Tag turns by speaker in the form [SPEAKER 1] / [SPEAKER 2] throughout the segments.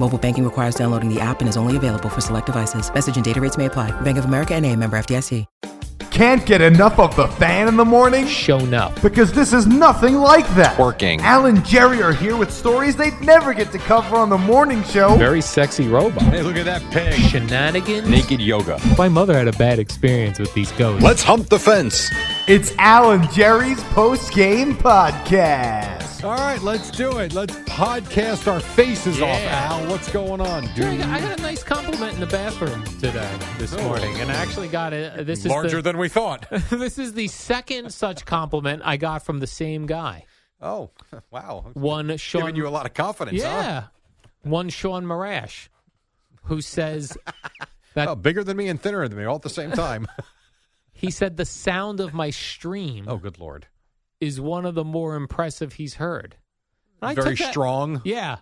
[SPEAKER 1] Mobile banking requires downloading the app and is only available for select devices. Message and data rates may apply. Bank of America and a member FDIC.
[SPEAKER 2] Can't get enough of the fan in the morning?
[SPEAKER 3] shown up.
[SPEAKER 2] Because this is nothing like that.
[SPEAKER 4] Working.
[SPEAKER 2] Al and Jerry are here with stories they'd never get to cover on the morning show.
[SPEAKER 3] Very sexy robot.
[SPEAKER 4] Hey, look at that pig.
[SPEAKER 3] Shenanigans.
[SPEAKER 4] Naked yoga.
[SPEAKER 3] My mother had a bad experience with these ghosts.
[SPEAKER 4] Let's hump the fence.
[SPEAKER 2] It's Al and Jerry's post game podcast.
[SPEAKER 4] All right, let's do it. Let's podcast our faces off, Al. What's going on, dude?
[SPEAKER 3] Jerry, I got a nice compliment in the bathroom today, this morning, and I actually got it. uh, This is
[SPEAKER 4] Oh. Larger
[SPEAKER 3] the,
[SPEAKER 4] than we thought.
[SPEAKER 3] this is the second such compliment I got from the same guy.
[SPEAKER 4] Oh, wow.
[SPEAKER 3] One Sean,
[SPEAKER 4] Giving you a lot of confidence, huh?
[SPEAKER 3] yeah, one Sean Marash, who says that
[SPEAKER 4] Oh, bigger than me and thinner than me all at the same time.
[SPEAKER 3] he said the sound of my stream
[SPEAKER 4] oh, good Lord.
[SPEAKER 3] is one of the more impressive he's heard. And I
[SPEAKER 4] Very
[SPEAKER 3] took that-
[SPEAKER 4] strong.
[SPEAKER 3] Yeah,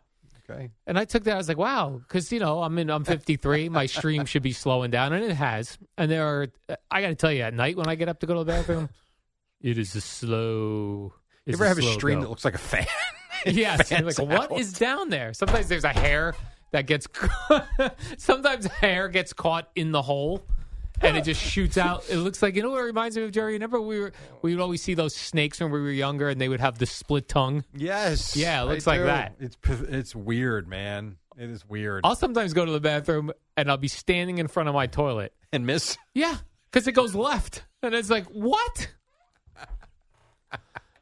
[SPEAKER 4] Okay.
[SPEAKER 3] And I took that. I was like, wow, because you know I'm in. I'm 53. My stream should be slowing down, and it has. And there are. I got to tell you, at night when I get up to go to the bathroom, it is a slow.
[SPEAKER 4] You
[SPEAKER 3] it's
[SPEAKER 4] ever have a
[SPEAKER 3] slow
[SPEAKER 4] stream
[SPEAKER 3] go.
[SPEAKER 4] that looks like a fan?
[SPEAKER 3] Yes. and
[SPEAKER 4] fans
[SPEAKER 3] Like what
[SPEAKER 4] out?
[SPEAKER 3] is down there? Sometimes there's a hair that gets. sometimes hair gets caught in the hole. And it just shoots out. It looks like you know what it reminds me of Jerry. Remember we were we would always see those snakes when we were younger, and they would have the split tongue.
[SPEAKER 4] yes.
[SPEAKER 3] Yeah, it
[SPEAKER 4] I
[SPEAKER 3] looks like
[SPEAKER 4] do.
[SPEAKER 3] that.
[SPEAKER 4] It's, it's weird, man. It is weird.
[SPEAKER 3] I'll sometimes go to the bathroom and I'll be standing in front of my toilet,
[SPEAKER 4] And miss.
[SPEAKER 3] Yeah, because it goes left, and it's like what?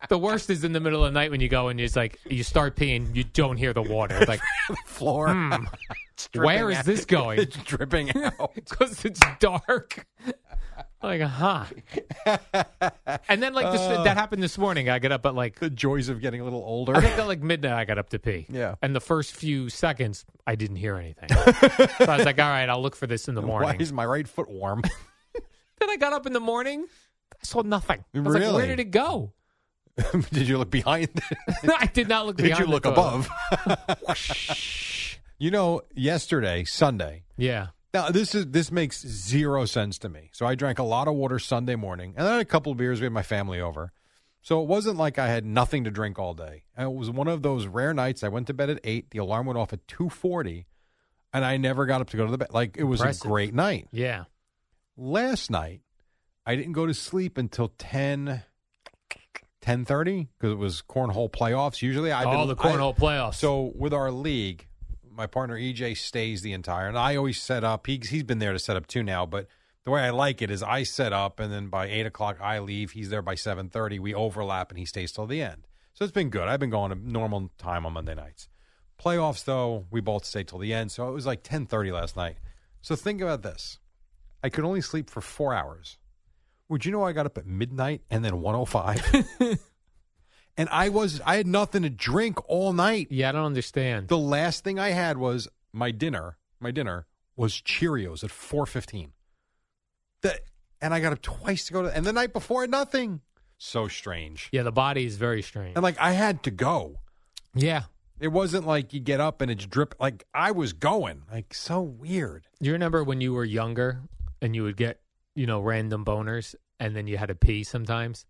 [SPEAKER 3] the worst is in the middle of the night when you go and it's like you start peeing, you don't hear the water. Like
[SPEAKER 4] floor.
[SPEAKER 3] Hmm.
[SPEAKER 4] It's dripping
[SPEAKER 3] Where is
[SPEAKER 4] out.
[SPEAKER 3] this going?
[SPEAKER 4] It's dripping out.
[SPEAKER 3] because it's dark. Like huh? And then like this, that happened this morning. I got up at like
[SPEAKER 4] Uh. the joys of getting a little older.
[SPEAKER 3] I think at like midnight. I got up to pee.
[SPEAKER 4] Yeah.
[SPEAKER 3] And the first few seconds, I didn't hear anything. so I was like, all right, I'll look for this in the
[SPEAKER 4] Why
[SPEAKER 3] morning.
[SPEAKER 4] is my right foot warm?
[SPEAKER 3] Then I got up in the morning. I saw nothing. I was like, where
[SPEAKER 4] Really?
[SPEAKER 3] did it go?
[SPEAKER 4] Did you look behind?
[SPEAKER 3] I did not look.
[SPEAKER 4] Did
[SPEAKER 3] behind
[SPEAKER 4] you
[SPEAKER 3] the
[SPEAKER 4] look
[SPEAKER 3] toilet.
[SPEAKER 4] above? you know, yesterday, Sunday.
[SPEAKER 3] Yeah.
[SPEAKER 4] Now this is this makes zero sense to me. So I drank a lot of water Sunday morning, and then I had a couple of beers. We had my family over, so it wasn't like I had nothing to drink all day. And it was one of those rare nights. I went to bed at eight. The alarm went off at two forty, and I never got up to go to the bed. Like it was
[SPEAKER 3] Impressive.
[SPEAKER 4] a great night.
[SPEAKER 3] Yeah.
[SPEAKER 4] last night i didn't go to sleep until 10 10.30 because it was cornhole playoffs usually i've
[SPEAKER 3] All
[SPEAKER 4] been
[SPEAKER 3] the cornhole
[SPEAKER 4] I-
[SPEAKER 3] playoffs.
[SPEAKER 4] so with our league my partner ej stays the entire and i always set up he, he's been there to set up too now but the way i like it is i set up and then by 8 o'clock i leave he's there by 7.30 we overlap and he stays till the end so it's been good i've been going to normal time on monday nights playoffs though we both stay till the end so it was like 10.30 last night so think about this I could only sleep for four hours. Would you know I got up at midnight and then 105? and I was I had nothing to drink all night.
[SPEAKER 3] yeah, I don't understand.
[SPEAKER 4] The last thing I had was my dinner. My dinner was Cheerios at 4:15. That and I got up twice to go to and the night before I had nothing. So strange.
[SPEAKER 3] yeah, the body is very strange.
[SPEAKER 4] And like I had to go.
[SPEAKER 3] yeah.
[SPEAKER 4] It wasn't like you get up and it's drip like I was going. Like so weird.
[SPEAKER 3] Do you remember when you were younger and you would get, you know, random boners and then you had to pee sometimes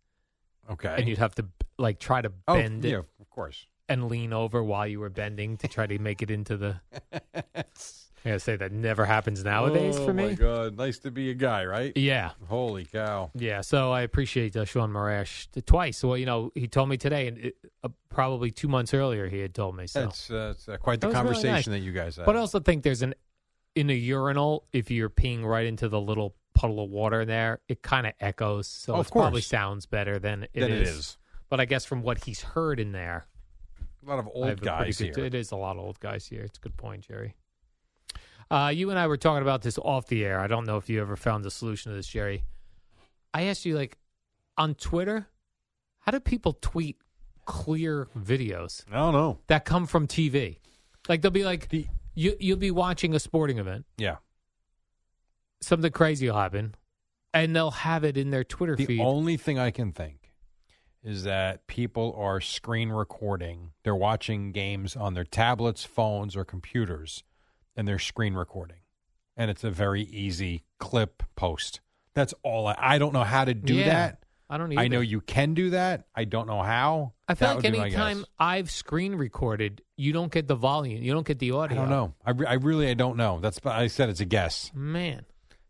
[SPEAKER 4] Okay.
[SPEAKER 3] and you'd have to like try to
[SPEAKER 4] oh,
[SPEAKER 3] bend
[SPEAKER 4] yeah,
[SPEAKER 3] it
[SPEAKER 4] of course.
[SPEAKER 3] and lean over while you were bending to try to make it into the. I gotta say that never happens nowadays
[SPEAKER 4] oh
[SPEAKER 3] for me.
[SPEAKER 4] my god, nice to be a guy, right?
[SPEAKER 3] Yeah.
[SPEAKER 4] Holy cow!
[SPEAKER 3] Yeah, so I appreciate uh, Sean Marash t- twice. Well, you know, he told me today, and it, uh, probably two months earlier, he had told me. So,
[SPEAKER 4] That's uh, that's, uh, quite
[SPEAKER 3] That
[SPEAKER 4] the
[SPEAKER 3] was really
[SPEAKER 4] conversation
[SPEAKER 3] nice.
[SPEAKER 4] that you guys had.
[SPEAKER 3] but I also think there's an in a urinal if you're peeing right into the little puddle of water in there, it kind of echoes. So
[SPEAKER 4] Of
[SPEAKER 3] it probably
[SPEAKER 4] course.
[SPEAKER 3] sounds better than it is.
[SPEAKER 4] Than it is.
[SPEAKER 3] But I guess from what he's heard in there,
[SPEAKER 4] A lot of
[SPEAKER 3] I
[SPEAKER 4] old
[SPEAKER 3] have a pretty
[SPEAKER 4] guys here.
[SPEAKER 3] good- It is a lot of old guys here. It's a good point, Jerry. Uh, you and I were talking about this off the air. I don't know if you ever found the solution to this, Jerry. I asked you, like, on Twitter, how do people tweet clear videos
[SPEAKER 4] I don't know.
[SPEAKER 3] that come from TV? Like, they'll be like,
[SPEAKER 4] The-
[SPEAKER 3] you, you'll be watching a sporting event,
[SPEAKER 4] Yeah.
[SPEAKER 3] something crazy will happen, and they'll have it in their Twitter
[SPEAKER 4] The
[SPEAKER 3] feed.
[SPEAKER 4] only thing I can think is that people are screen recording. They're watching games on their tablets, phones, or computers, and they're screen recording. And it's a very easy clip post. That's all. I, I don't know how to do
[SPEAKER 3] Yeah,
[SPEAKER 4] that.
[SPEAKER 3] I don't
[SPEAKER 4] I know
[SPEAKER 3] either.
[SPEAKER 4] you can do that. I don't know how.
[SPEAKER 3] I feel
[SPEAKER 4] That
[SPEAKER 3] like
[SPEAKER 4] would be my
[SPEAKER 3] any time
[SPEAKER 4] guess.
[SPEAKER 3] I've screen recorded, you don't get the volume, you don't get the
[SPEAKER 4] I
[SPEAKER 3] audio.
[SPEAKER 4] don't know. I, re- I really I don't know. That's I said it's a guess.
[SPEAKER 3] Man,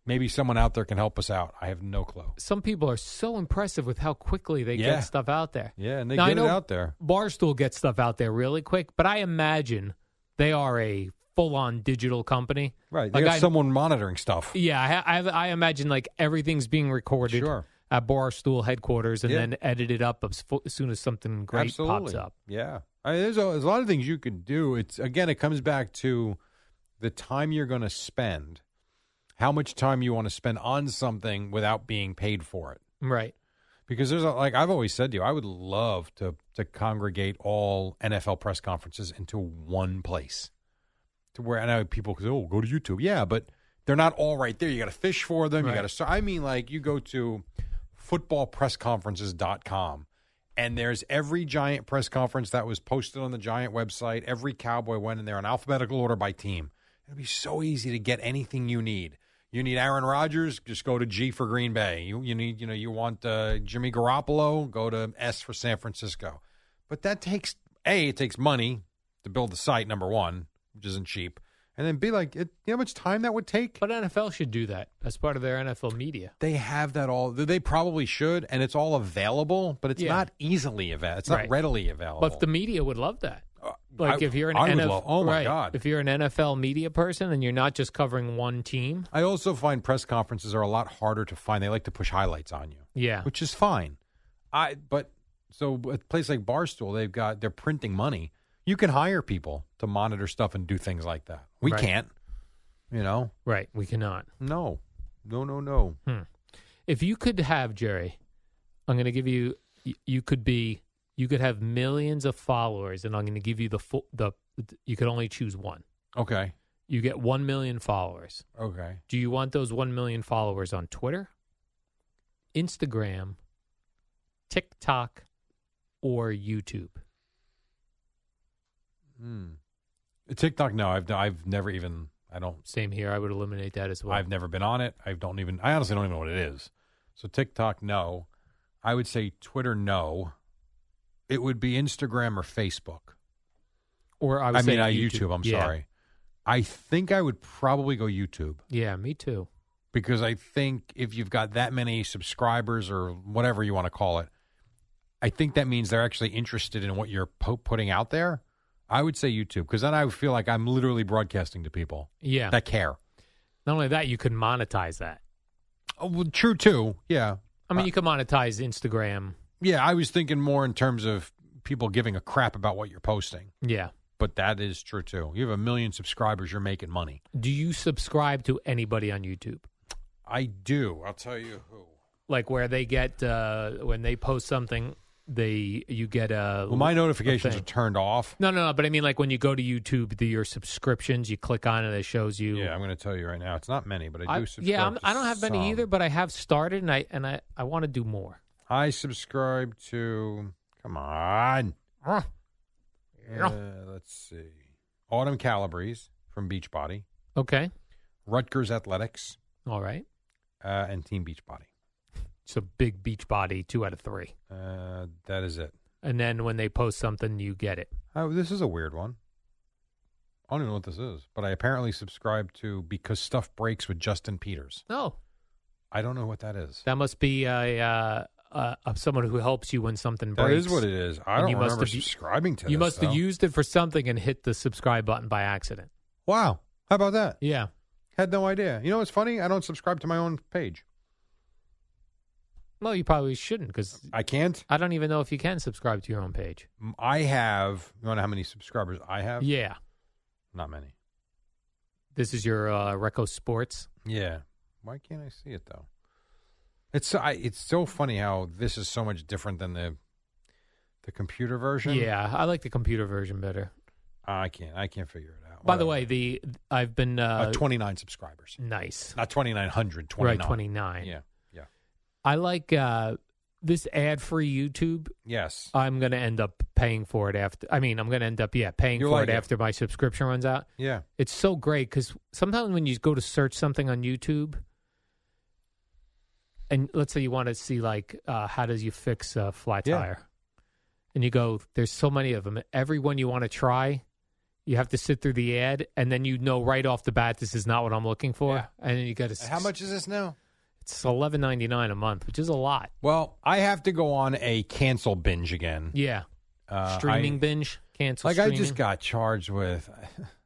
[SPEAKER 4] Maybe someone out there can help us out. I have no clue.
[SPEAKER 3] some people are so impressive with how quickly they
[SPEAKER 4] Yeah.
[SPEAKER 3] get stuff out there.
[SPEAKER 4] Yeah, and they
[SPEAKER 3] Now, I
[SPEAKER 4] get it
[SPEAKER 3] know
[SPEAKER 4] out there.
[SPEAKER 3] Barstool gets stuff out there really quick, but I imagine they are a full-on digital company.
[SPEAKER 4] Right. They
[SPEAKER 3] Like
[SPEAKER 4] got
[SPEAKER 3] I-
[SPEAKER 4] someone monitoring stuff.
[SPEAKER 3] Yeah, I, I, I imagine like everything's being recorded
[SPEAKER 4] Sure.
[SPEAKER 3] at Barstool headquarters and
[SPEAKER 4] Yeah.
[SPEAKER 3] then edited up as, fo- as soon as something great pops up.
[SPEAKER 4] Yeah, I mean, there's, a, there's a lot of things you can do. It's again, it comes back to the time you're going to spend, how much time you want to spend on something without being paid for it.
[SPEAKER 3] Right.
[SPEAKER 4] Because there's a, like I've always said to you, I would love to to congregate all NFL press conferences into one place, to where and I people go, oh, go to YouTube, yeah, but they're not all right there. You got to fish for them.
[SPEAKER 3] Right.
[SPEAKER 4] You got to. ser- I mean, like you go to footballpressconferences.com and there's every giant press conference that was posted on the giant website. Every cowboy went in there in alphabetical order by team. It'd be so easy to get anything you need. You need Aaron Rodgers, just go to G for Green Bay. You you need you know you want uh, Jimmy Garoppolo, go to S for San Francisco. But that takes a it takes money to build the site number one, which isn't cheap, and then b like it, you know how much time that would take.
[SPEAKER 3] But NFL should do that as part of their NFL media.
[SPEAKER 4] They have that all. They probably should, and it's all available, but it's
[SPEAKER 3] Yeah.
[SPEAKER 4] not easily available. It's
[SPEAKER 3] Right.
[SPEAKER 4] not readily available.
[SPEAKER 3] But the media would love that.
[SPEAKER 4] Uh,
[SPEAKER 3] Like
[SPEAKER 4] I-
[SPEAKER 3] if you're an
[SPEAKER 4] I would
[SPEAKER 3] NFL,
[SPEAKER 4] love- oh my
[SPEAKER 3] right,
[SPEAKER 4] god!
[SPEAKER 3] if you're an NFL media person and you're not just covering one team,
[SPEAKER 4] I also find press conferences are a lot harder to find. They like to push highlights on you,
[SPEAKER 3] yeah,
[SPEAKER 4] which is fine. I but so a place like Barstool, they've got they're printing money. You can hire people to monitor stuff and do things like that. We
[SPEAKER 3] Right.
[SPEAKER 4] can't. You know,
[SPEAKER 3] right, we cannot. Hmm.
[SPEAKER 4] no, no, no, no.
[SPEAKER 3] If you could have Jerry, I'm going to give you. y- You could be. You could have millions of followers, and I'm going to give you the full. The you could only choose one.
[SPEAKER 4] Okay,
[SPEAKER 3] You get one million followers.
[SPEAKER 4] okay.
[SPEAKER 3] Do you want those one million followers on Twitter, Instagram, TikTok, or YouTube?
[SPEAKER 4] Hmm. TikTok, no, I've I've never even. I don't
[SPEAKER 3] Same here. I would eliminate that as well.
[SPEAKER 4] I've never been on it. I don't even. I honestly don't even know what it is. So TikTok, no. I would say Twitter, no. It would be Instagram or Facebook.
[SPEAKER 3] or I,
[SPEAKER 4] I,
[SPEAKER 3] would say
[SPEAKER 4] mean, I YouTube. I'm
[SPEAKER 3] Yeah.
[SPEAKER 4] sorry. I think I would probably go YouTube
[SPEAKER 3] Yeah, me too.
[SPEAKER 4] because I think if you've got that many subscribers or whatever you want to call it, I think that means they're actually interested in what you're po- putting out there. I would say YouTube because then I would feel like I'm literally broadcasting to people
[SPEAKER 3] Yeah.
[SPEAKER 4] that care.
[SPEAKER 3] Not only that, you could monetize that.
[SPEAKER 4] Oh, well, true too. Yeah.
[SPEAKER 3] I mean, you could monetize Instagram.
[SPEAKER 4] Yeah, I was thinking more in terms of people giving a crap about what you're posting,
[SPEAKER 3] Yeah.
[SPEAKER 4] but that is true too. You have a million subscribers, you're making money.
[SPEAKER 3] Do you subscribe to anybody on YouTube?
[SPEAKER 4] I do. I'll tell you who.
[SPEAKER 3] Like where they get uh, when they post something, they you get a.
[SPEAKER 4] Well, my notifications
[SPEAKER 3] thing.
[SPEAKER 4] are turned off.
[SPEAKER 3] no, no, no. But I mean, like when you go to YouTube, the, your subscriptions, you click on it, it shows you.
[SPEAKER 4] Yeah, I'm going to tell you right now. It's not many, but I do
[SPEAKER 3] I,
[SPEAKER 4] subscribe.
[SPEAKER 3] yeah, I'm,
[SPEAKER 4] to
[SPEAKER 3] I don't have
[SPEAKER 4] some.
[SPEAKER 3] many either, but I have started, and I and I, I want to do more.
[SPEAKER 4] I subscribe to. Come on.
[SPEAKER 3] Ah.
[SPEAKER 4] Uh, let's see. Autumn Calabrese from Beachbody,
[SPEAKER 3] Okay,
[SPEAKER 4] Rutgers Athletics,
[SPEAKER 3] all right.
[SPEAKER 4] uh, and Team Beachbody.
[SPEAKER 3] So big beach body, two out of three,
[SPEAKER 4] Uh, that is it.
[SPEAKER 3] and then when they post something, you get it.
[SPEAKER 4] Oh, this is a weird one. I don't even know what this is, but I apparently subscribe to Because Stuff Breaks with Justin Peters.
[SPEAKER 3] Oh,
[SPEAKER 4] I don't know what that is.
[SPEAKER 3] That must be a, uh, uh, uh, someone who helps you when something
[SPEAKER 4] that
[SPEAKER 3] breaks.
[SPEAKER 4] is what it is. I
[SPEAKER 3] And
[SPEAKER 4] don't
[SPEAKER 3] you must
[SPEAKER 4] remember
[SPEAKER 3] have u-
[SPEAKER 4] subscribing to
[SPEAKER 3] You
[SPEAKER 4] this,
[SPEAKER 3] must
[SPEAKER 4] though.
[SPEAKER 3] have used it for something and hit the subscribe button by accident.
[SPEAKER 4] Wow. How about that?
[SPEAKER 3] Yeah.
[SPEAKER 4] Had no idea. You know what's funny? I don't subscribe to my own page.
[SPEAKER 3] Well, you probably shouldn't because
[SPEAKER 4] I can't.
[SPEAKER 3] I don't even know if you can subscribe to your own page.
[SPEAKER 4] M- I have. You want to know how many subscribers I have?
[SPEAKER 3] Yeah.
[SPEAKER 4] Not many.
[SPEAKER 3] This is your uh, Reco Sports.
[SPEAKER 4] Yeah. Why can't I see it though? It's so- I, it's so funny how this is so much different than the the computer version.
[SPEAKER 3] Yeah, I like the computer version better.
[SPEAKER 4] I can't. I can't figure it out.
[SPEAKER 3] By the
[SPEAKER 4] Whatever.
[SPEAKER 3] way, the I've been
[SPEAKER 4] Uh,
[SPEAKER 3] uh,
[SPEAKER 4] 29 subscribers.
[SPEAKER 3] nice.
[SPEAKER 4] Not 2,900,
[SPEAKER 3] Right,
[SPEAKER 4] 29.
[SPEAKER 3] 29.
[SPEAKER 4] Yeah. Yeah.
[SPEAKER 3] I like uh, this ad-free YouTube.
[SPEAKER 4] Yes.
[SPEAKER 3] I'm going to end up paying for it after. I mean, I'm going to end up yeah paying
[SPEAKER 4] You'll
[SPEAKER 3] for
[SPEAKER 4] like
[SPEAKER 3] it
[SPEAKER 4] it.
[SPEAKER 3] after my subscription runs out.
[SPEAKER 4] yeah.
[SPEAKER 3] It's so great because sometimes when you go to search something on YouTube, and let's say you want to see like uh, how does you fix a flat
[SPEAKER 4] Yeah.
[SPEAKER 3] tire, and you go, there's so many of them. Every one you want to try, you have to sit through the ad, and then you know right off the bat this is not what I'm looking for,
[SPEAKER 4] Yeah.
[SPEAKER 3] and then you got to
[SPEAKER 4] How much is this now?
[SPEAKER 3] It's eleven ninety nine a month, which is a lot.
[SPEAKER 4] Well, I have to go on a cancel binge again.
[SPEAKER 3] Yeah,
[SPEAKER 4] Uh,
[SPEAKER 3] streaming
[SPEAKER 4] I-
[SPEAKER 3] binge cancel.
[SPEAKER 4] Like I just
[SPEAKER 3] streaming.
[SPEAKER 4] got charged with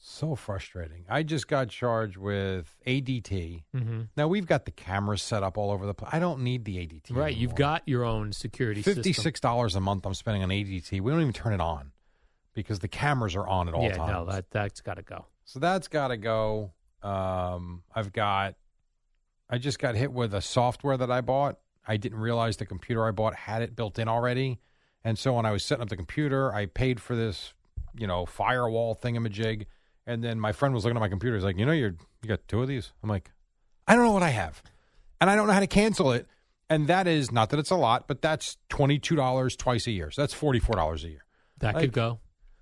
[SPEAKER 4] so frustrating. I just got charged with ADT.
[SPEAKER 3] Mhm.
[SPEAKER 4] Now we've got the cameras set up all over the place. I don't need the ADT.
[SPEAKER 3] right. You've
[SPEAKER 4] anymore.
[SPEAKER 3] got your own security system.
[SPEAKER 4] fifty-six dollars a month. I'm spending on ADT. We don't even turn it on because the cameras are on at all
[SPEAKER 3] yeah,
[SPEAKER 4] times.
[SPEAKER 3] no, that that's got to go.
[SPEAKER 4] So that's got to go. Um, I've got. I just got hit with a software that I bought. I didn't realize the computer I bought had it built in already, and so when I was setting up the computer, I paid for this, you know, firewall thingamajig, and then my friend was looking at my computer. He's like, "You know, you're you got two of these." I'm like, "I don't know what I have, and I don't know how to cancel it." And that is not that it's a lot, but that's twenty two dollars twice a year. So that's forty four dollars a year.
[SPEAKER 3] That
[SPEAKER 4] Like-
[SPEAKER 3] could go.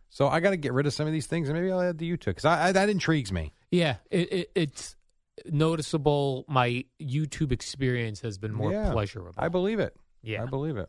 [SPEAKER 4] So I got to get rid of some of these things, and maybe I'll add the YouTube because I, I that intrigues me.
[SPEAKER 3] Yeah, it, it, it's noticeable. My YouTube experience has been more
[SPEAKER 4] Yeah.
[SPEAKER 3] pleasurable.
[SPEAKER 4] I believe it.
[SPEAKER 3] Yeah.
[SPEAKER 4] I believe it.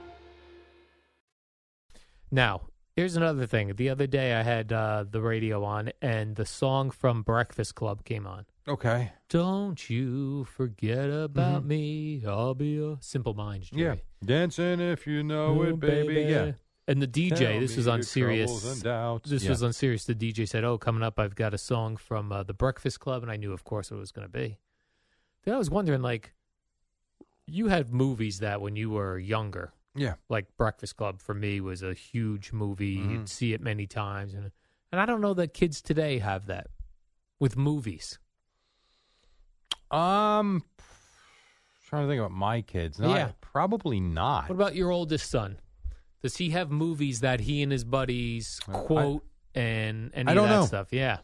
[SPEAKER 3] Now, here's another thing. The other day, I had uh, the radio on, and the song from Breakfast Club came on.
[SPEAKER 4] Okay.
[SPEAKER 3] Don't you forget about me? I'll be a simple minds. Jerry.
[SPEAKER 4] Mm-hmm. Yeah. Dancing if you know
[SPEAKER 3] Ooh,
[SPEAKER 4] it, baby. Yeah.
[SPEAKER 3] And the DJ,
[SPEAKER 4] Tell
[SPEAKER 3] this
[SPEAKER 4] me
[SPEAKER 3] was on
[SPEAKER 4] your
[SPEAKER 3] Sirius.
[SPEAKER 4] troubles and doubts.
[SPEAKER 3] This
[SPEAKER 4] Yeah.
[SPEAKER 3] was on Sirius. The DJ said, "Oh, coming up, I've got a song from uh, the Breakfast Club," and I knew, of course, what it was going to be. Then I was wondering, like, you had movies that when you were younger,
[SPEAKER 4] Yeah.
[SPEAKER 3] like Breakfast Club, for me was a huge movie.
[SPEAKER 4] Mm-hmm.
[SPEAKER 3] You'd see it many times, and and I don't know that kids today have that with movies.
[SPEAKER 4] Um, trying to think about my kids. No, I-
[SPEAKER 3] Yeah.
[SPEAKER 4] probably not.
[SPEAKER 3] What about your oldest son? Does he have movies that he and his buddies
[SPEAKER 4] Uh, I-
[SPEAKER 3] quote and and
[SPEAKER 4] I don't
[SPEAKER 3] that
[SPEAKER 4] know.
[SPEAKER 3] stuff? Yeah,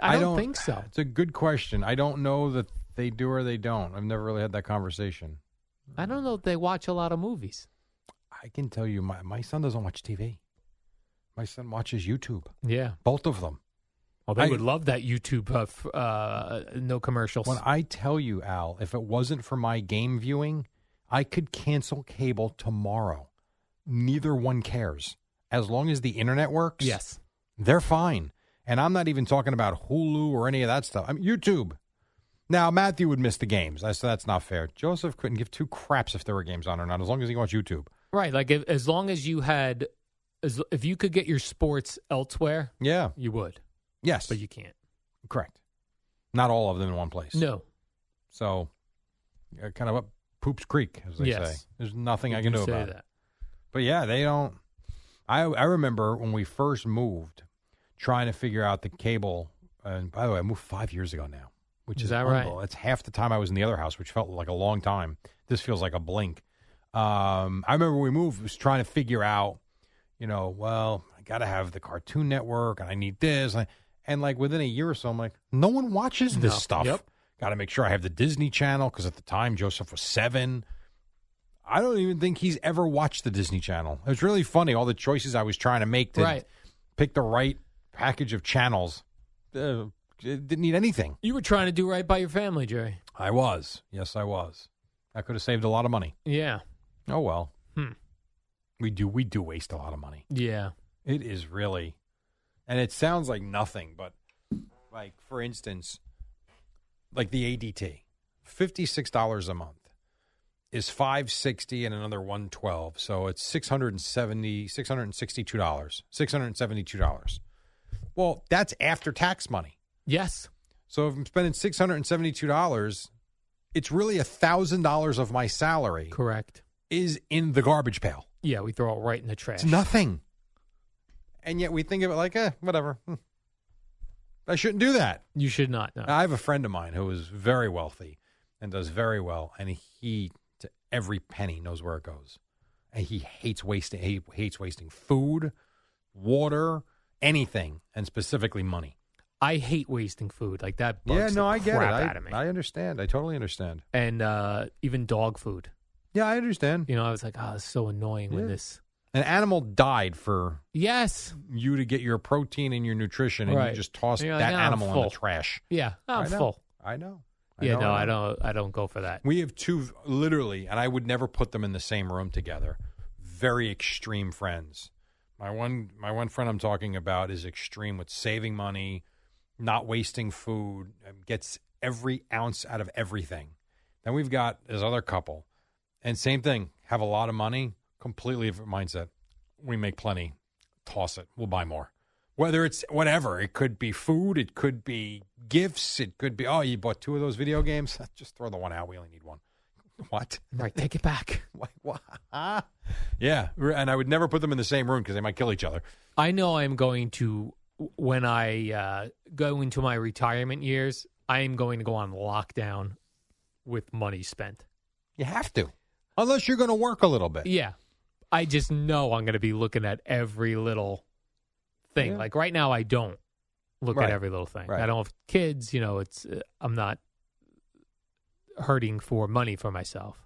[SPEAKER 3] I don't, think so.
[SPEAKER 4] It's a good question. I don't know that they do or they don't. I've never really had that conversation.
[SPEAKER 3] I don't know if they watch a lot of movies.
[SPEAKER 4] I can tell you, my, my son doesn't watch TV. My son watches YouTube.
[SPEAKER 3] Yeah.
[SPEAKER 4] Both of them.
[SPEAKER 3] Well, Oh, they
[SPEAKER 4] I-
[SPEAKER 3] would love that YouTube uh, f- uh, no commercials.
[SPEAKER 4] When I tell you, Al, if it wasn't for my game viewing, I could cancel cable tomorrow. Neither one cares. As long as the internet works,
[SPEAKER 3] yes.
[SPEAKER 4] they're fine. And I'm not even talking about Hulu or any of that stuff. I mean, YouTube. Now, Matthew would miss the games. I said that's not fair. Joseph couldn't give two craps if there were games on or not, as long as he watched YouTube.
[SPEAKER 3] Right. Like if, as long as you had, as if you could get your sports elsewhere,
[SPEAKER 4] Yeah.
[SPEAKER 3] you would,
[SPEAKER 4] Yes.
[SPEAKER 3] but you can't.
[SPEAKER 4] Correct. Not all of them in one place.
[SPEAKER 3] No.
[SPEAKER 4] So, uh, kind of up Poops Creek, as they
[SPEAKER 3] Yes.
[SPEAKER 4] say. There's nothing
[SPEAKER 3] You
[SPEAKER 4] I can
[SPEAKER 3] do
[SPEAKER 4] do
[SPEAKER 3] say
[SPEAKER 4] about it.
[SPEAKER 3] that.
[SPEAKER 4] But yeah, they don't. I I remember when we first moved, trying to figure out the cable. And by the way, I moved five years ago now, which
[SPEAKER 3] Is
[SPEAKER 4] is,
[SPEAKER 3] that right?
[SPEAKER 4] unbelievable. That's half the time I was in the other house, which felt like a long time. This feels like a blink. Um, I remember when we moved, was trying to figure out, you know, well, I got to have the Cartoon Network, and I need this, and, and like within a year or so, I'm like, no one watches this
[SPEAKER 3] No.
[SPEAKER 4] stuff.
[SPEAKER 3] Yep.
[SPEAKER 4] Got to make sure I have the Disney Channel because at the time Joseph was seven. I don't even think he's ever watched the Disney Channel. It was really funny all the choices I was trying to make to
[SPEAKER 3] Right.
[SPEAKER 4] pick the right package of channels. Uh, it didn't need anything.
[SPEAKER 3] You were trying to do right by your family, Jerry.
[SPEAKER 4] I was. Yes, I was. I could have saved a lot of money.
[SPEAKER 3] Yeah.
[SPEAKER 4] Oh well.
[SPEAKER 3] Hmm.
[SPEAKER 4] We do we do waste a lot of money.
[SPEAKER 3] Yeah.
[SPEAKER 4] It is really, and it sounds like nothing, but like for instance, like the ADT, fifty six dollars a month is five sixty and another one twelve, so it's 670 662 dollars, six hundred seventy two dollars. Well, that's after tax money.
[SPEAKER 3] Yes.
[SPEAKER 4] So if I'm spending six hundred and seventy two dollars, it's really a thousand dollars of my salary
[SPEAKER 3] Correct.
[SPEAKER 4] is in the garbage pail.
[SPEAKER 3] Yeah, we throw it right in the trash.
[SPEAKER 4] It's nothing. And yet we think of it like, eh, whatever. Hmm. I shouldn't do that.
[SPEAKER 3] You should not. No.
[SPEAKER 4] I have a friend of mine who is very wealthy and does very well, and he to every penny knows where it goes, and he hates wasting. He hates wasting food, water, anything, and specifically money.
[SPEAKER 3] I hate wasting food. Like that bugs the crap out of me.
[SPEAKER 4] I understand. I totally understand.
[SPEAKER 3] and uh, even dog food.
[SPEAKER 4] Yeah, I understand.
[SPEAKER 3] You know, I was like, oh, it's so annoying when
[SPEAKER 4] Yeah.
[SPEAKER 3] this.
[SPEAKER 4] An animal died for
[SPEAKER 3] Yes.
[SPEAKER 4] you to get your protein and your nutrition, and
[SPEAKER 3] Right.
[SPEAKER 4] you just toss
[SPEAKER 3] You're like,
[SPEAKER 4] that
[SPEAKER 3] "Nah, I'm
[SPEAKER 4] animal in
[SPEAKER 3] full."
[SPEAKER 4] the trash.
[SPEAKER 3] Yeah. I'm
[SPEAKER 4] I know.
[SPEAKER 3] Oh, full.
[SPEAKER 4] I know.
[SPEAKER 3] yeah.
[SPEAKER 4] know,
[SPEAKER 3] no, I
[SPEAKER 4] know.
[SPEAKER 3] don't. I don't go for that.
[SPEAKER 4] We have two v- literally, and I would never put them in the same room together. Very extreme friends. My one, my one friend I'm talking about is extreme with saving money, not wasting food, um, gets every ounce out of everything. Then we've got this other couple, and same thing. Have a lot of money, completely different mindset. We make plenty, toss it. We'll buy more. Whether it's whatever, it could be food, it could be gifts, it could be oh, you bought two of those video games. Just throw the one out. We only need one. What?
[SPEAKER 3] Right. Take it back.
[SPEAKER 4] What? what? Huh? Yeah, r- and I would never put them in the same room because they might kill each other.
[SPEAKER 3] I know I'm going to when I uh, go into my retirement years. I am going to go on lockdown with money spent.
[SPEAKER 4] You have to, unless you're going to work a little bit.
[SPEAKER 3] Yeah. I just know I'm going to be looking at every little thing.
[SPEAKER 4] Yeah.
[SPEAKER 3] Like right now, I don't look
[SPEAKER 4] Right.
[SPEAKER 3] at every little thing.
[SPEAKER 4] Right.
[SPEAKER 3] I don't have kids. You know, it's uh, I'm not hurting for money for myself.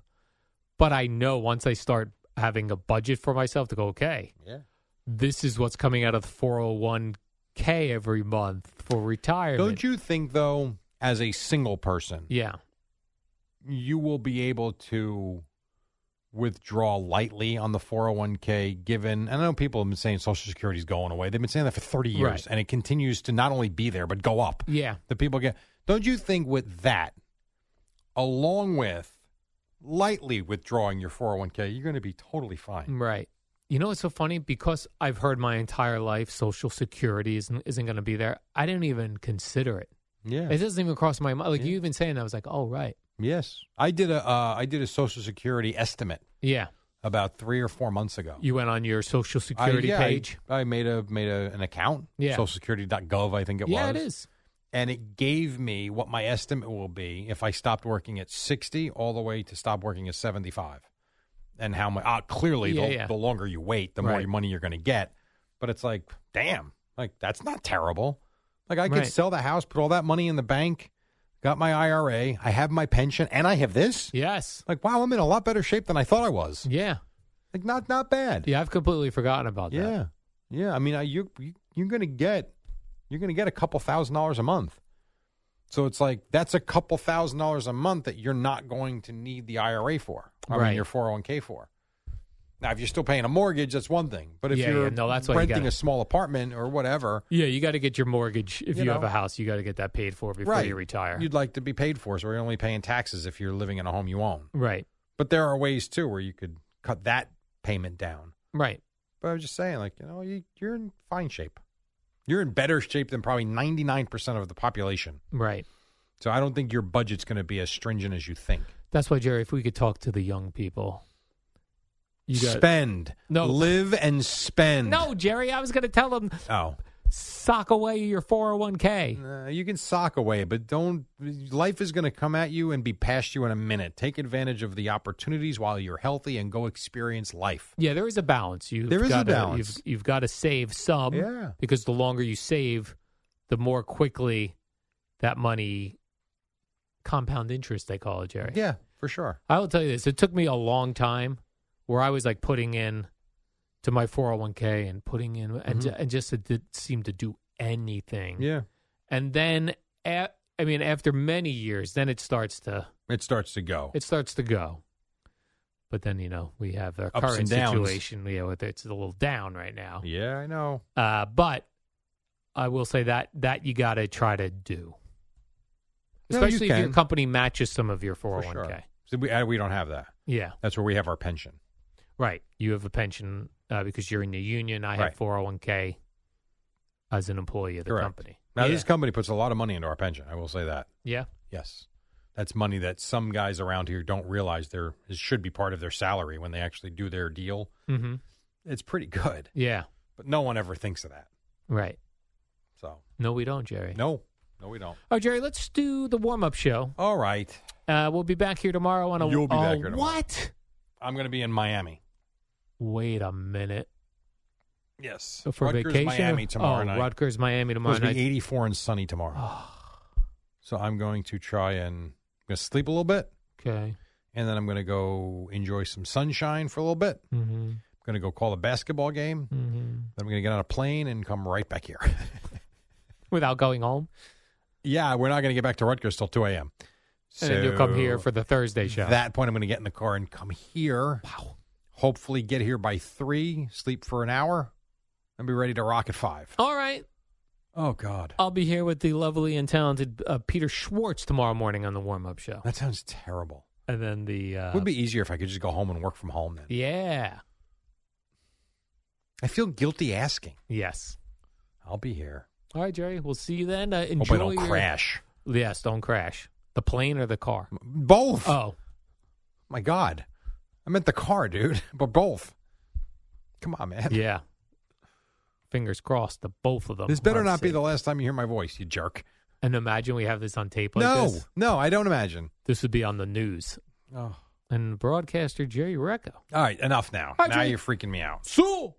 [SPEAKER 3] But I know once I start having a budget for myself to go, okay,
[SPEAKER 4] Yeah.
[SPEAKER 3] this is what's coming out of the 401k every month for retirement.
[SPEAKER 4] Don't you think though, as a single person,
[SPEAKER 3] Yeah.
[SPEAKER 4] you will be able to withdraw lightly on the 401k given and I know people have been saying social security is going away. They've been saying that for 30 years
[SPEAKER 3] Right.
[SPEAKER 4] and it continues to not only be there but go up.
[SPEAKER 3] Yeah.
[SPEAKER 4] The people get Don't you think with that along with lightly withdrawing your 401k, you're going to be totally fine.
[SPEAKER 3] Right. You know what's so funny? Because I've heard my entire life Social Security isn't, isn't going to be there. I didn't even consider it.
[SPEAKER 4] Yeah.
[SPEAKER 3] It doesn't even cross my mind. Like
[SPEAKER 4] Yeah.
[SPEAKER 3] you even saying that, I was like, oh right,
[SPEAKER 4] yes. I did a uh, I did a social security estimate
[SPEAKER 3] yeah.
[SPEAKER 4] about 3 or 4 months ago.
[SPEAKER 3] You went on your social
[SPEAKER 4] I-
[SPEAKER 3] security
[SPEAKER 4] yeah, I-
[SPEAKER 3] page.
[SPEAKER 4] I, made a made a, an account.
[SPEAKER 3] Yeah.
[SPEAKER 4] Socialsecurity.gov, I think it
[SPEAKER 3] yeah,
[SPEAKER 4] was.
[SPEAKER 3] it is.
[SPEAKER 4] And it gave me what my estimate will be if I stopped working at sixty all the way to stop working at seventy five. And how much? Ah, clearly,
[SPEAKER 3] Yeah,
[SPEAKER 4] the,
[SPEAKER 3] yeah.
[SPEAKER 4] the longer you wait, the more
[SPEAKER 3] Right.
[SPEAKER 4] money you're going to get. But it's like, damn, like that's not terrible. Like I could
[SPEAKER 3] Right.
[SPEAKER 4] sell the house, put all that money in the bank, got my IRA, I have my pension, and I have this.
[SPEAKER 3] Yes.
[SPEAKER 4] Like, wow, I'm in a lot better shape than I thought I was.
[SPEAKER 3] Yeah.
[SPEAKER 4] Like, not not bad.
[SPEAKER 3] Yeah. I've completely forgotten about that.
[SPEAKER 4] Yeah, yeah. I mean, I, you you- you're gonna get you're gonna get a couple thousand dollars a month. So it's like that's a couple thousand dollars a month that you're not going to need the IRA for. I
[SPEAKER 3] Right.
[SPEAKER 4] mean, your four hundred one k for. Now, if you're still paying a mortgage, that's one thing. But if
[SPEAKER 3] Yeah,
[SPEAKER 4] you're
[SPEAKER 3] yeah, no, that's why you
[SPEAKER 4] renting
[SPEAKER 3] gotta-
[SPEAKER 4] a small apartment or whatever,
[SPEAKER 3] Yeah. You got to get your mortgage if you,
[SPEAKER 4] You
[SPEAKER 3] have
[SPEAKER 4] know.
[SPEAKER 3] a house. You got to get that paid for before
[SPEAKER 4] right,
[SPEAKER 3] you retire.
[SPEAKER 4] you'd like to be paid for. So you're only paying taxes if you're living in a home you own.
[SPEAKER 3] Right.
[SPEAKER 4] But there are ways too where you could cut that payment down.
[SPEAKER 3] Right.
[SPEAKER 4] But I was just saying, like, you know, you, you're in fine shape. You're in better shape than probably 99% of the population.
[SPEAKER 3] Right.
[SPEAKER 4] So I don't think your budget's going to be as stringent as you think.
[SPEAKER 3] That's why Jerry, if we could talk to the young people, you got
[SPEAKER 4] spend.
[SPEAKER 3] No.
[SPEAKER 4] Live and spend.
[SPEAKER 3] No, Jerry, I was going to tell them
[SPEAKER 4] Oh.
[SPEAKER 3] sock away your 401k.
[SPEAKER 4] Uh, you can sock away, but don't. Life is going to come at you and be past you in a minute. Take advantage of the opportunities while you're healthy and go experience life.
[SPEAKER 3] Yeah, there is a balance. You
[SPEAKER 4] There is a
[SPEAKER 3] gotta,
[SPEAKER 4] balance.
[SPEAKER 3] You've, you've got to save some.
[SPEAKER 4] Yeah.
[SPEAKER 3] Because the longer you save, the more quickly that money compound interest they call it, Jerry.
[SPEAKER 4] Yeah, for sure.
[SPEAKER 3] I will tell you this: it took me a long time where I was like putting in to my four hundred one k and putting in and, ju- and just it did seem to do anything.
[SPEAKER 4] Mm-hmm. Yeah.
[SPEAKER 3] And then a- I mean, after many years, then it starts to
[SPEAKER 4] It starts to go.
[SPEAKER 3] it starts to go. But then you know we have our
[SPEAKER 4] Ups
[SPEAKER 3] current
[SPEAKER 4] and downs.
[SPEAKER 3] situation. You know, with- it's a little down right now.
[SPEAKER 4] yeah, I know.
[SPEAKER 3] Uh, but I will say that that you got to try to do,
[SPEAKER 4] No, you
[SPEAKER 3] especially if your
[SPEAKER 4] can.
[SPEAKER 3] company matches some of your
[SPEAKER 4] For
[SPEAKER 3] four hundred one
[SPEAKER 4] sure.
[SPEAKER 3] k.
[SPEAKER 4] So we, uh, we don't have that.
[SPEAKER 3] Yeah,
[SPEAKER 4] That's where we have our pension.
[SPEAKER 3] right. You have a pension uh, because you're in the union. I
[SPEAKER 4] Right.
[SPEAKER 3] have four hundred one k as an employee of the
[SPEAKER 4] Correct.
[SPEAKER 3] company.
[SPEAKER 4] Now,
[SPEAKER 3] yeah.
[SPEAKER 4] this company puts a lot of money into our pension. I will say that.
[SPEAKER 3] yeah,
[SPEAKER 4] Yes. That's money that some guys around here don't realize there it should be part of their salary when they actually do their deal.
[SPEAKER 3] hmm
[SPEAKER 4] It's pretty good,
[SPEAKER 3] yeah,
[SPEAKER 4] but no one ever thinks of that.
[SPEAKER 3] right.
[SPEAKER 4] So,
[SPEAKER 3] No, we don't, Jerry.
[SPEAKER 4] no, no, we don't.
[SPEAKER 3] Oh, Jerry, let's do the warm up show.
[SPEAKER 4] All right.
[SPEAKER 3] Uh, we'll be back here tomorrow on a.
[SPEAKER 4] You'll be
[SPEAKER 3] oh,
[SPEAKER 4] back here tomorrow.
[SPEAKER 3] What?
[SPEAKER 4] I'm going to be in Miami.
[SPEAKER 3] Wait a minute.
[SPEAKER 4] Yes.
[SPEAKER 3] So for
[SPEAKER 4] Rutgers,
[SPEAKER 3] vacation,
[SPEAKER 4] Miami tomorrow
[SPEAKER 3] oh,
[SPEAKER 4] night.
[SPEAKER 3] Rutgers, Miami Oh.
[SPEAKER 4] It's
[SPEAKER 3] tomorrow
[SPEAKER 4] supposed to
[SPEAKER 3] night.
[SPEAKER 4] be 84 and sunny tomorrow. so I'm going to try and I'm going to sleep a little bit,
[SPEAKER 3] Okay.
[SPEAKER 4] and then I'm going to go enjoy some sunshine for a little bit.
[SPEAKER 3] Mm-hmm.
[SPEAKER 4] I'm going to go call a basketball game.
[SPEAKER 3] Mm-hmm.
[SPEAKER 4] Then I'm going to get on a plane and come right back here.
[SPEAKER 3] Without going home,
[SPEAKER 4] yeah, we're not going to get back to Rutgers till 2 a.m.
[SPEAKER 3] and then you'll come here
[SPEAKER 4] So
[SPEAKER 3] for the Thursday show.
[SPEAKER 4] At that point, I'm going to get in the car and come here. Wow. Hopefully, get here by three, sleep for an hour, and be ready to rock at five.
[SPEAKER 3] All right.
[SPEAKER 4] Oh God,
[SPEAKER 3] I'll be here with the lovely and talented uh, Peter Schwartz tomorrow morning on the warm up show,
[SPEAKER 4] that sounds terrible.
[SPEAKER 3] and then the uh,
[SPEAKER 4] It would be easier if I could just go home and work from home.
[SPEAKER 3] E-
[SPEAKER 4] Then
[SPEAKER 3] yeah,
[SPEAKER 4] I feel guilty asking.
[SPEAKER 3] yes.
[SPEAKER 4] I'll be here.
[SPEAKER 3] All right, Jerry. We'll see you then. Uh,
[SPEAKER 4] Hope
[SPEAKER 3] enjoy.
[SPEAKER 4] I don't
[SPEAKER 3] your-
[SPEAKER 4] crash.
[SPEAKER 3] Yes, don't crash the plane or the car.
[SPEAKER 4] Both.
[SPEAKER 3] Oh,
[SPEAKER 4] My God, I meant the car, dude. But both. Come on, man.
[SPEAKER 3] yeah. Fingers crossed to both of them.
[SPEAKER 4] This better
[SPEAKER 3] Let's
[SPEAKER 4] not be
[SPEAKER 3] see.
[SPEAKER 4] the last time you hear my voice, you jerk.
[SPEAKER 3] And imagine we have this on tape. Like
[SPEAKER 4] no,
[SPEAKER 3] this.
[SPEAKER 4] no, I don't imagine.
[SPEAKER 3] this would be on the news.
[SPEAKER 4] Oh.
[SPEAKER 3] And broadcaster Jerry Recco.
[SPEAKER 4] All right, enough now.
[SPEAKER 3] Hi,
[SPEAKER 4] now
[SPEAKER 3] Jimmy.
[SPEAKER 4] you're freaking me out.
[SPEAKER 3] So.